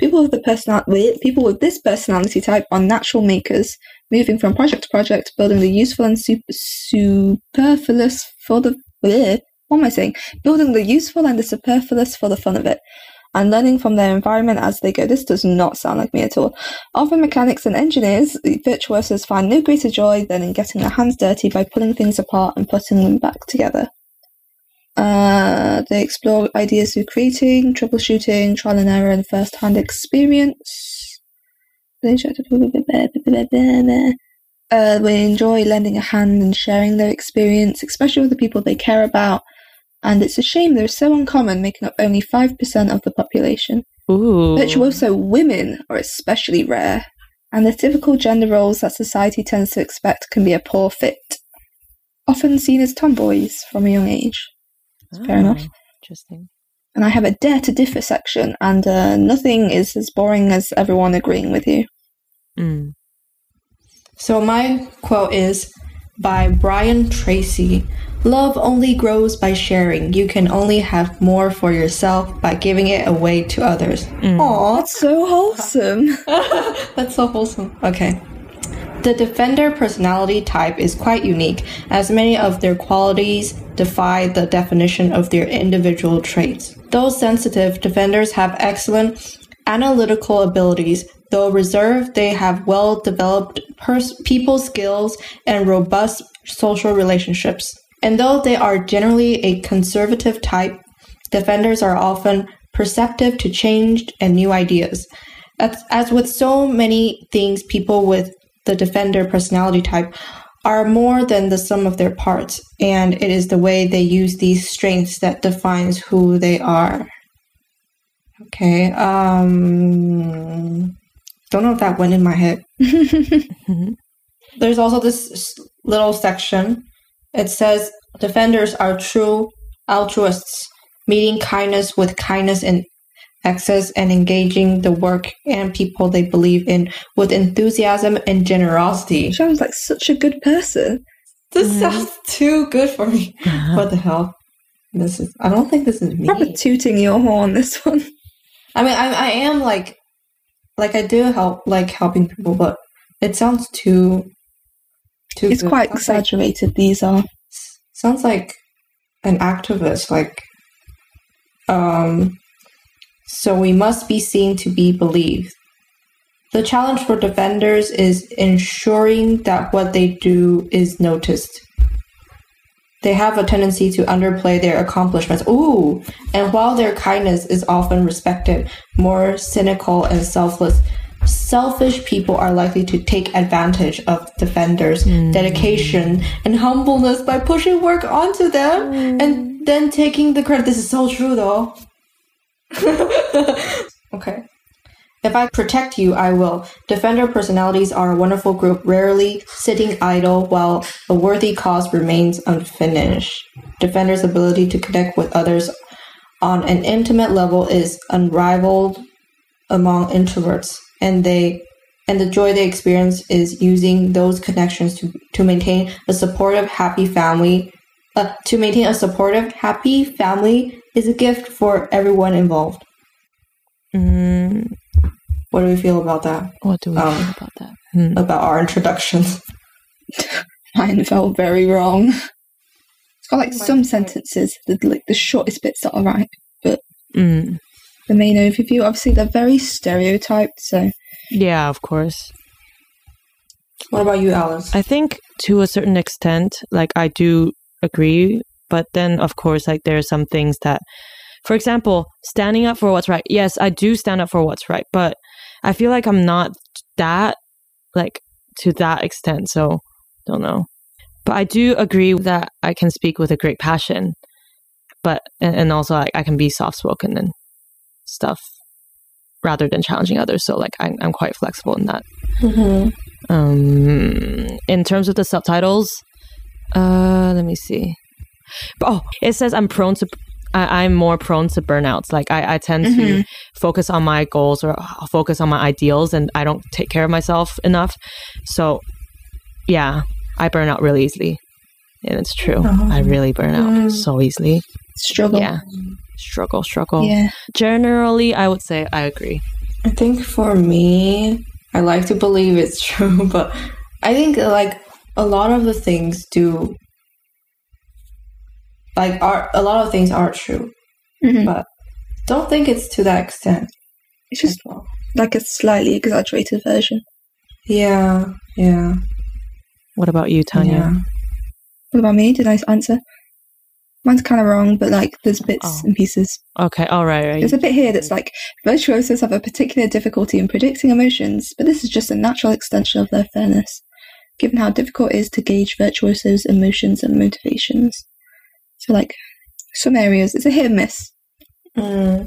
People with the personal with people with this personality type are natural makers, moving from project to project, building the useful and super, superfluous for the bleh, what am I saying? Building the useful and the superfluous for the fun of it, and learning from their environment as they go. This does not sound like me at all. Often mechanics and engineers, virtuosos find no greater joy than in getting their hands dirty by pulling things apart and putting them back together. Uh, they explore ideas through creating, troubleshooting, trial and error, and first hand experience. Uh, They try to- Uh, they enjoy lending a hand and sharing their experience, especially with the people they care about. And it's a shame they're so uncommon, making up only 5% of the population. Ooh. Virtuoso women are especially rare, and the typical gender roles that society tends to expect can be a poor fit. Often seen as tomboys from a young age. Fair enough. Ah, Interesting. And I have a dare to differ section, and uh, nothing is as boring as everyone agreeing with you. Mm. So my quote is by Brian Tracy. Love only grows by sharing. You can only have more for yourself by giving it away to others. Aw, That's so wholesome. That's so wholesome. Okay. The defender personality type is quite unique, as many of their qualities defy the definition of their individual traits. Though sensitive, defenders have excellent analytical abilities. Though reserved, they have well developed pers- people skills and robust social relationships. And though they are generally a conservative type, defenders are often perceptive to change and new ideas. As, as with so many things, people with the defender personality type are more than the sum of their parts, and it is the way they use these strengths that defines who they are. Okay, um, don't know if that went in my head. There's also this s- little section, it says defenders are true altruists, meeting kindness with kindness and access and engaging the work and people they believe in with enthusiasm and generosity. Sounds like such a good person. This Mhm. sounds too good for me. What the hell? This is. I don't think this is me. Probably tooting your horn this one. I mean, I, I am like, like I do help, like helping people, but it sounds too, too. It's good. quite sounds like, exaggerated, these are. sounds like an activist. Like, um, so we must be seen to be believed. The challenge for defenders is ensuring that what they do is noticed. They have a tendency to underplay their accomplishments. Ooh, and while their kindness is often respected, more cynical and selfless, selfish people are likely to take advantage of defenders' dedication and humbleness by pushing work onto them and then taking the credit. This is so true, though. okay. If I protect you, I will. Defender personalities are a wonderful group, rarely sitting idle while a worthy cause remains unfinished. Defender's ability to connect with others on an intimate level is unrivaled among introverts, and they and the joy they experience is using those connections to, to maintain a supportive, happy family. Uh, to maintain a supportive, happy family is a gift for everyone involved. Mm, What do we feel about that? what do we Oh. Um, think about that? Hmm. about our introductions. Mine felt very wrong. It's got like Mine some felt- sentences, the, like the shortest bits that are right. Mm. The main overview, obviously, they're very stereotyped, so Yeah, of course. What about you, Alice? I think to a certain extent, like I do agree, but then of course, like there are some things that, for example, standing up for what's right. Yes, I do stand up for what's right, but I feel like I'm not that, like to that extent. So don't know, but I do agree that I can speak with a great passion, but and, and also like I can be soft spoken and stuff rather than challenging others. So like I'm, I'm quite flexible in that Mm-hmm. um in terms of the subtitles uh let me see But- oh it says i'm prone to I, i'm more prone to burnouts like i, I tend to Mhm. focus on my goals or focus on my ideals and i don't take care of myself enough so yeah i burn out really easily and it's true i really burn out Mm. so easily struggle. yeah struggle struggle Yeah. generally i would say i agree I think for me, I like to believe it's true, but I think like a lot of the things do, like are a lot of things are true. Mm-hmm. Mhm. Don't think it's to that extent. It's just as well. like a slightly exaggerated version. Yeah, yeah, what about you tanya yeah. What about me? Did I answer? Mine's kind of wrong, but like there's bits Oh. and pieces. okay all right, right. There's a bit here that's like virtuosos have a particular difficulty in predicting emotions, but this is just a natural extension of their fairness, given how difficult it is to gauge virtuosos' emotions and motivations. So, like, some areas it's a hit and miss. Mm.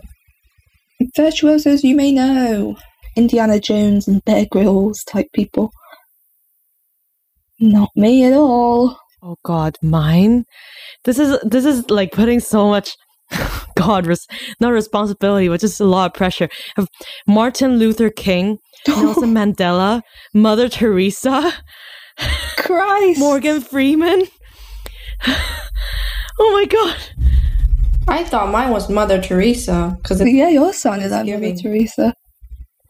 Virtuosos, you may know Indiana Jones and Bear Grylls type people. Not me at all. Oh God, mine. This is this is like putting so much God, res- not responsibility, but just a lot of pressure. Of Martin Luther King, Nelson Mandela, Mother Teresa, Christ! Morgan Freeman. oh my God. I thought mine was Mother Teresa because it's Yeah, yours sounded like Mother Thanksgiving. Teresa.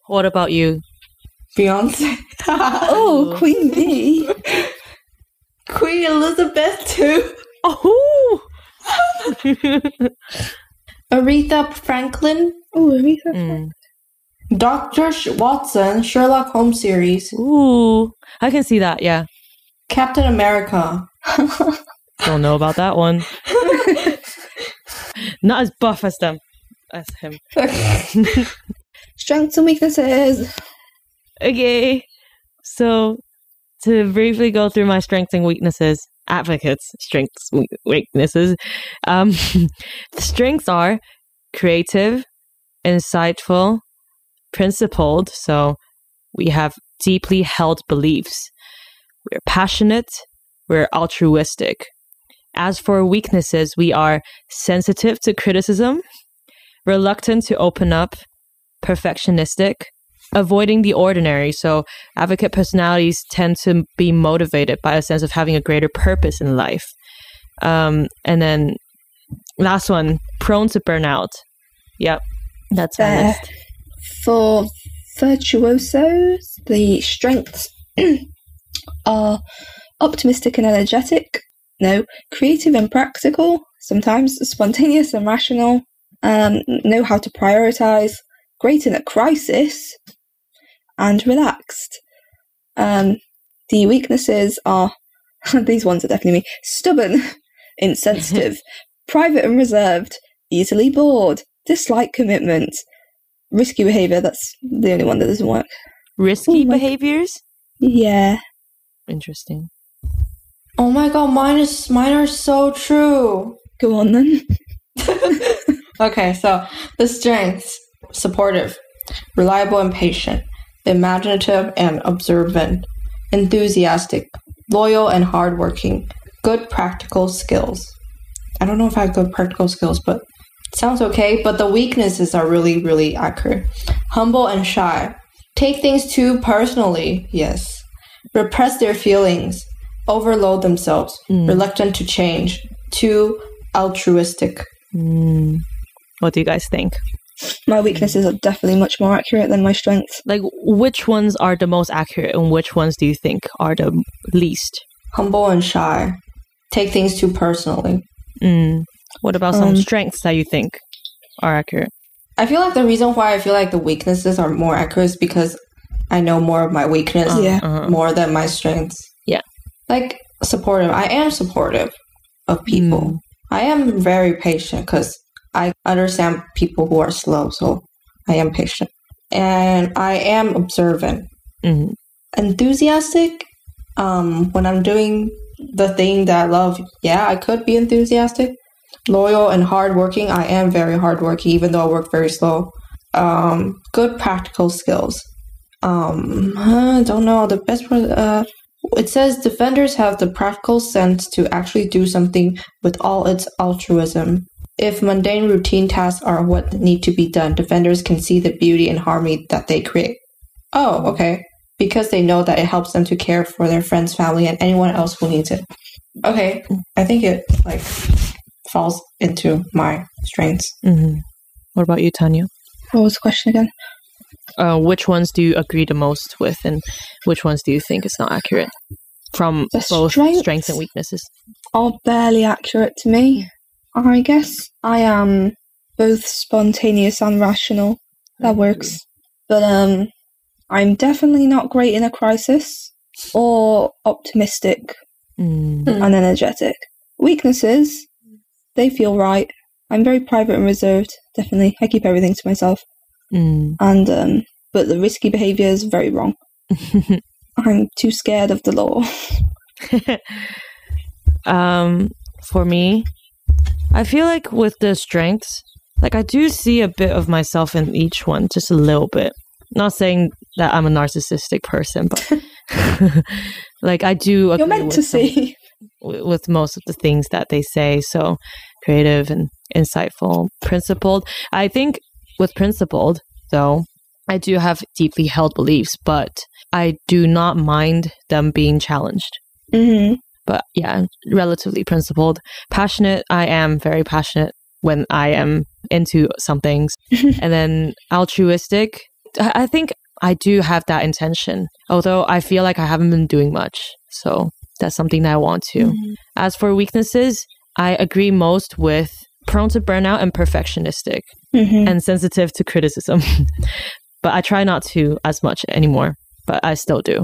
What about you? Beyonce, Oh, Queen Bee. Queen Elizabeth too. Oh. Aretha Franklin, Oh, Aretha. Mm. Dr. Sh- Watson, Sherlock Holmes series, Ooh, I can see that. Yeah, Captain America. don't know about that one. not as buff as them, as him. Strengths and weaknesses. Okay. So, to briefly go through my strengths and weaknesses, advocates' strengths, we- weaknesses. Um, the strengths are creative, insightful, principled. So, we have deeply held beliefs. We're passionate, We're altruistic. As for weaknesses, we are sensitive to criticism, reluctant to open up, perfectionistic, avoiding the ordinary. So, advocate personalities tend to be motivated by a sense of having a greater purpose in life. Um, and then, last one, prone to burnout. Yep, that's my There. list. For virtuosos, the strengths are optimistic and energetic, no, creative and practical, sometimes spontaneous and rational, um, know how to prioritize, great in a crisis, and relaxed. Um, the weaknesses are these ones are definitely me stubborn, insensitive, private and reserved, easily bored, dislike commitment, risky behavior. That's the only one that doesn't work. Risky Oh my- behaviors. Yeah. Interesting. Oh my god, mine is mine are so true. Go on then. okay, so the strengths supportive, reliable and patient, imaginative and observant, enthusiastic, loyal and hardworking, good practical skills. I don't know if I have good practical skills, but it sounds okay. But the weaknesses are really, really accurate. Humble and shy, take things too personally, yes, repress their feelings, overload themselves, reluctant to change, too altruistic. Mm. What do you guys think? My weaknesses are definitely much more accurate than my strengths. Like, which ones are the most accurate, and which ones do you think are the least? humble and shy, take things too personally. Mm. What about some Um, strengths that you think are accurate? I feel like the reason why I feel like the weaknesses are more accurate is because I know more of my weakness Yeah. Uh-huh. more than my strengths. Yeah. Like supportive. I am supportive of people. Mm. I am very patient because I understand people who are slow, so I am patient. And I am observant. Mhm. enthusiastic um, when I'm doing the thing that I love. Yeah, I could be enthusiastic, loyal, and hardworking. I am very hardworking, even though I work very slow. Um, good practical skills. Um, I don't know the best. one, Uh, it says defenders have the practical sense to actually do something with all its altruism. If mundane routine tasks are what need to be done, defenders can see the beauty and harmony that they create. Oh, okay because they know that it helps them to care for their friends, family, and anyone else who needs it. Okay, I think it like falls into my strengths. Mhm. What about you, Tanya? What was the question again? Uh, which ones do you agree the most with, and which ones do you think is not accurate from The both strengths? strengths and weaknesses? Are barely accurate to me. I guess I am both spontaneous and rational. That works. But um, I'm definitely not great in a crisis or optimistic Mm. and energetic. Weaknesses, they feel right. I'm very private and reserved, definitely. I keep everything to myself. Mm. And um, but the risky behavior is very wrong. I'm too scared of the law. um, for me, I feel like with the strengths, like I do see a bit of myself in each one, just a little bit. Not saying that I'm a narcissistic person, but like I do. You're agree meant with to some- see. w- with most of the things that they say. So creative and insightful, principled. I think with principled, though, I do have deeply held beliefs, but I do not mind them being challenged hmm but yeah, relatively principled. Passionate, I am very passionate when I am into some things. and then altruistic, I I think I do have that intention, although I feel like I haven't been doing much. So that's something that I want to. As for weaknesses, I agree most with prone to burnout and perfectionistic hmm and sensitive to criticism. but I try not to as much anymore, but I still do.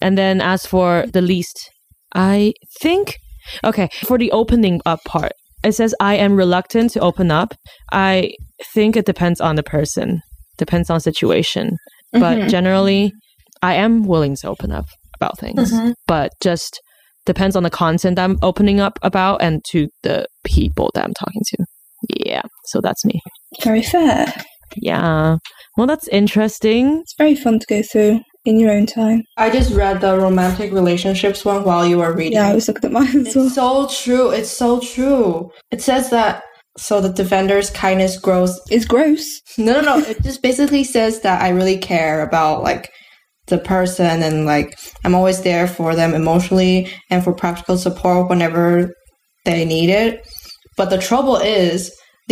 And then as for the least, I think, okay, for the opening up part, it says I am reluctant to open up. I think it depends on the person, depends on situation. But generally, I am willing to open up about things, but just depends on the content I'm opening up about and to the people that I'm talking to. Yeah, so that's me. Very fair. Yeah. Well, that's interesting. It's very fun to go through. in your own time. I just read the romantic relationships one while you were reading. Yeah, I was looking at mine as well. It's so true. It's so true. It says that so the defender's kindness grows. It's gross. No, no, no. it just basically says that I really care about like the person and like I'm always there for them emotionally and for practical support whenever they need it. But the trouble is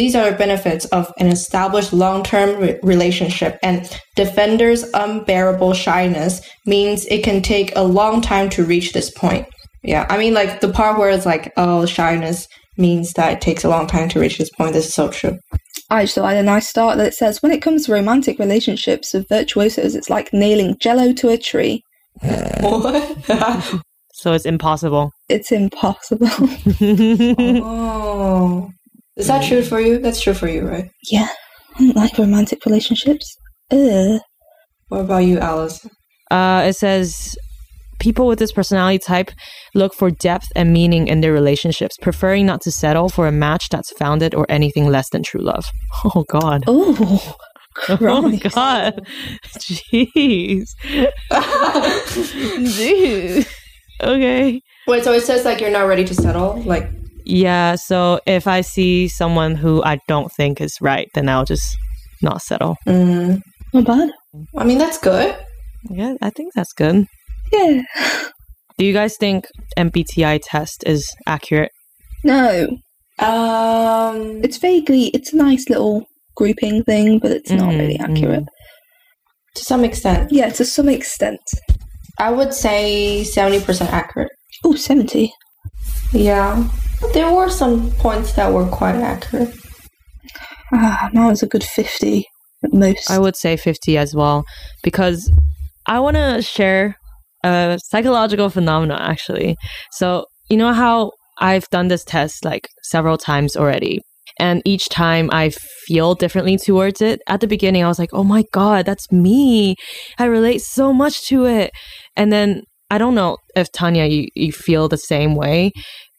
these are the benefits of an established long term re- relationship, and Defender's unbearable shyness means it can take a long time to reach this point. Yeah, I mean, like the part where it's like, oh, shyness means that it takes a long time to reach this point. This is so true. I just thought I had a nice start that it says when it comes to romantic relationships with virtuosos, it's like nailing jello to a tree. What? So it's impossible. It's impossible. oh. Is that true for you? That's true for you, right? yeah, I don't like romantic relationships. Ugh. What about you, Alice? Uh, it says people with this personality type look for depth and meaning in their relationships, preferring not to settle for a match that's founded or anything less than true love. Oh God. Oh, Oh my Christ. God. Jeez. Jeez. Okay. Wait, so it says like you're not ready to settle? Like, Yeah. So if I see someone who I don't think is right, then I'll just not settle. mm, Not bad. I mean, that's good. Yeah, I think that's good. Yeah. Do you guys think MBTI test is accurate? No, Um, it's vaguely, it's a nice little grouping thing, but it's not really Mm, accurate. to some extent. Yeah, to some extent. I would say 70% accurate. Oh, 70. Yeah. But there were some points that were quite accurate. Ah, now it's a good 50 at most. I would say 50 as well because I want to share a psychological phenomenon actually. So, you know how I've done this test like several times already. And each time I feel differently towards it. At the beginning, I was like, oh my God, that's me. I relate so much to it. And then I don't know if Tanya, you, you feel the same way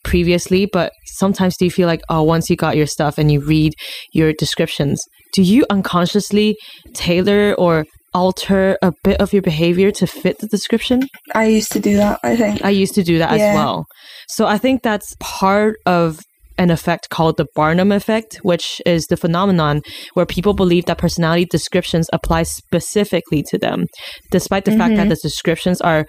previously, but sometimes do you feel like, oh, once you got your stuff and you read your descriptions, do you unconsciously tailor or alter a bit of your behavior to fit the description? I used to do that, I think. I used to do that Yeah. as well. So I think that's part of an effect called the Barnum effect, which is the phenomenon where people believe that personality descriptions apply specifically to them, despite the fact Mm-hmm. that the descriptions are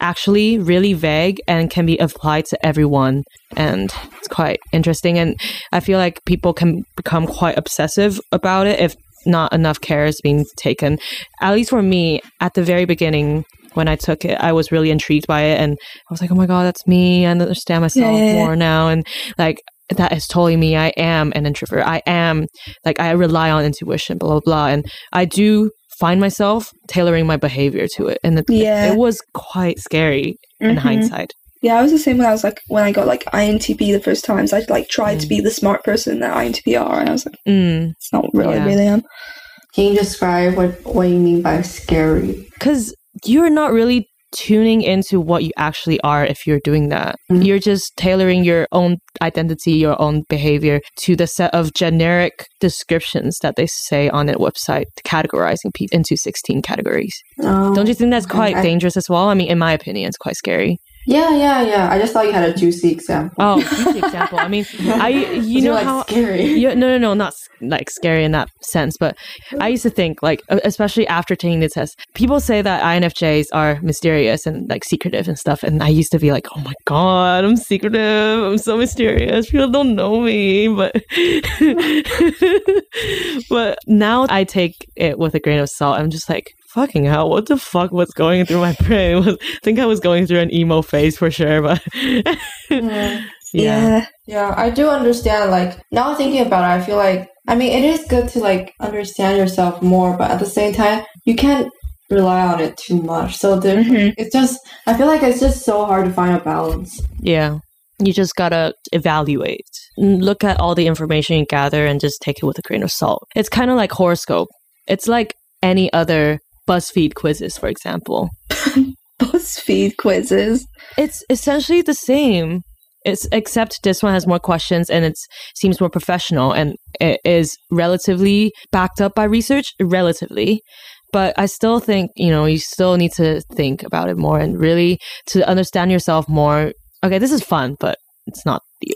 actually really vague and can be applied to everyone. And it's quite interesting. And I feel like people can become quite obsessive about it if not enough care is being taken. At least for me, at the very beginning, when I took it, I was really intrigued by it. And I was like, oh my God, that's me. I understand myself yeah, yeah. more now. And like, that is totally me. I am an introvert. I am like, I rely on intuition, blah, blah, blah. And I do find myself tailoring my behavior to it. And it, Yeah. it was quite scary in Mhm. hindsight. Yeah, I was the same when I was like, when I got like INTP the first times, I like tried to be the smart person that INTP are, and I was like, Mm. it's not really, Yeah. really am. Can you describe what, what you mean by scary? because you're not really tuning into what you actually are if you're doing that. Mhm. You're just tailoring your own identity, your own behavior to the set of generic descriptions that they say on their website, categorizing people into 16 categories. Um, Don't you think that's Oh, okay. quite I- dangerous as well? I mean, in my opinion, it's quite scary. Yeah, yeah, yeah. I just thought you had a juicy example. Oh, easy example. I mean, I you You're, know like how scary. yeah, no, no, no, not s- like scary in that sense. But I used to think, like, e- especially after taking the test, people say that INFJs are mysterious and like secretive and stuff. And I used to be like, oh my God, I'm secretive. I'm so mysterious. People don't know me. But, but now I take it with a grain of salt. I'm just like, fucking hell, what the fuck was going through my brain? I think I was going through an emo phase for sure. But Mm. yeah. Yeah, I do understand. Like now thinking about it, I feel like I mean it is good to like understand yourself more, but at the same time, you can't rely on it too much. So there, Mm-hmm. Mhm. it's just I feel like it's just so hard to find a balance. Yeah. You just gotta evaluate. Look at all the information you gather and just take it with a grain of salt. It's kind of like horoscope. It's like any other BuzzFeed quizzes, for example. BuzzFeed quizzes. It's essentially the same. It's except this one has more questions and it seems more professional and it is relatively backed up by research, relatively. But I still think, you know, you still need to think about it more and really to understand yourself more. Okay, this is fun, but it's not the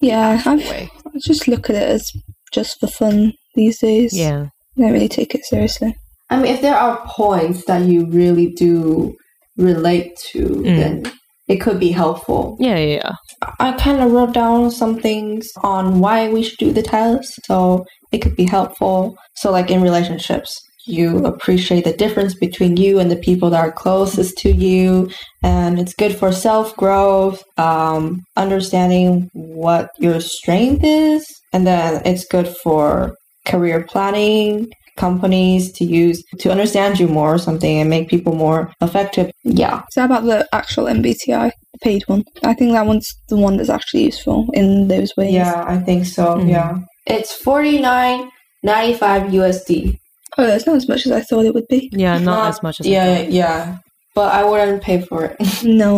Yeah, I way. I just look at it as just for fun these days. Yeah. I don't really take it seriously. I mean, if there are points that you really do relate to, then it could be helpful. Yeah, yeah, yeah. I kind of wrote down some things on why we should do the test, so it could be helpful. So, like in relationships, you appreciate the difference between you and the people that are closest to you, and it's good for self growth, um, understanding what your strength is, and then it's good for career planning. Companies to use to understand you more or something and make people more effective. Yeah, So how about the actual MBTI, the paid one? I think that one's the one that's actually useful in those ways. Yeah, I think so. Mhm. Yeah. It's forty nine ninety five USD. Oh, it's not as much as I thought it would be. Yeah, not, as much as I Yeah, thought. yeah. But I wouldn't pay for it. No,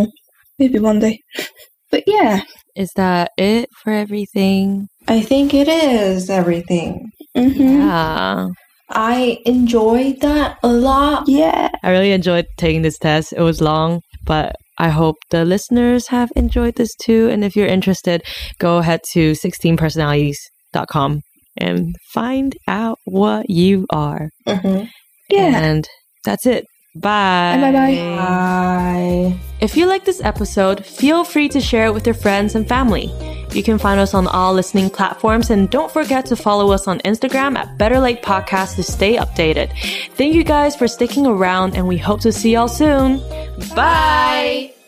maybe one day. But yeah, Is that it for everything? I think it is everything. hmm Yeah. I enjoyed that a lot. yeah, I really enjoyed taking this test. It was long, but I hope the listeners have enjoyed this too. And if you're interested, go ahead to 16personalities.com and find out what you are. Mm-hmm. yeah. And that's it. Bye. Bye, bye, I If you like this episode, feel free to share it with your friends and family. You can find us on all listening platforms and don't forget to follow us on Instagram at Better Late Podcast to stay updated. Thank you guys for sticking around and we hope to see y'all soon. Bye.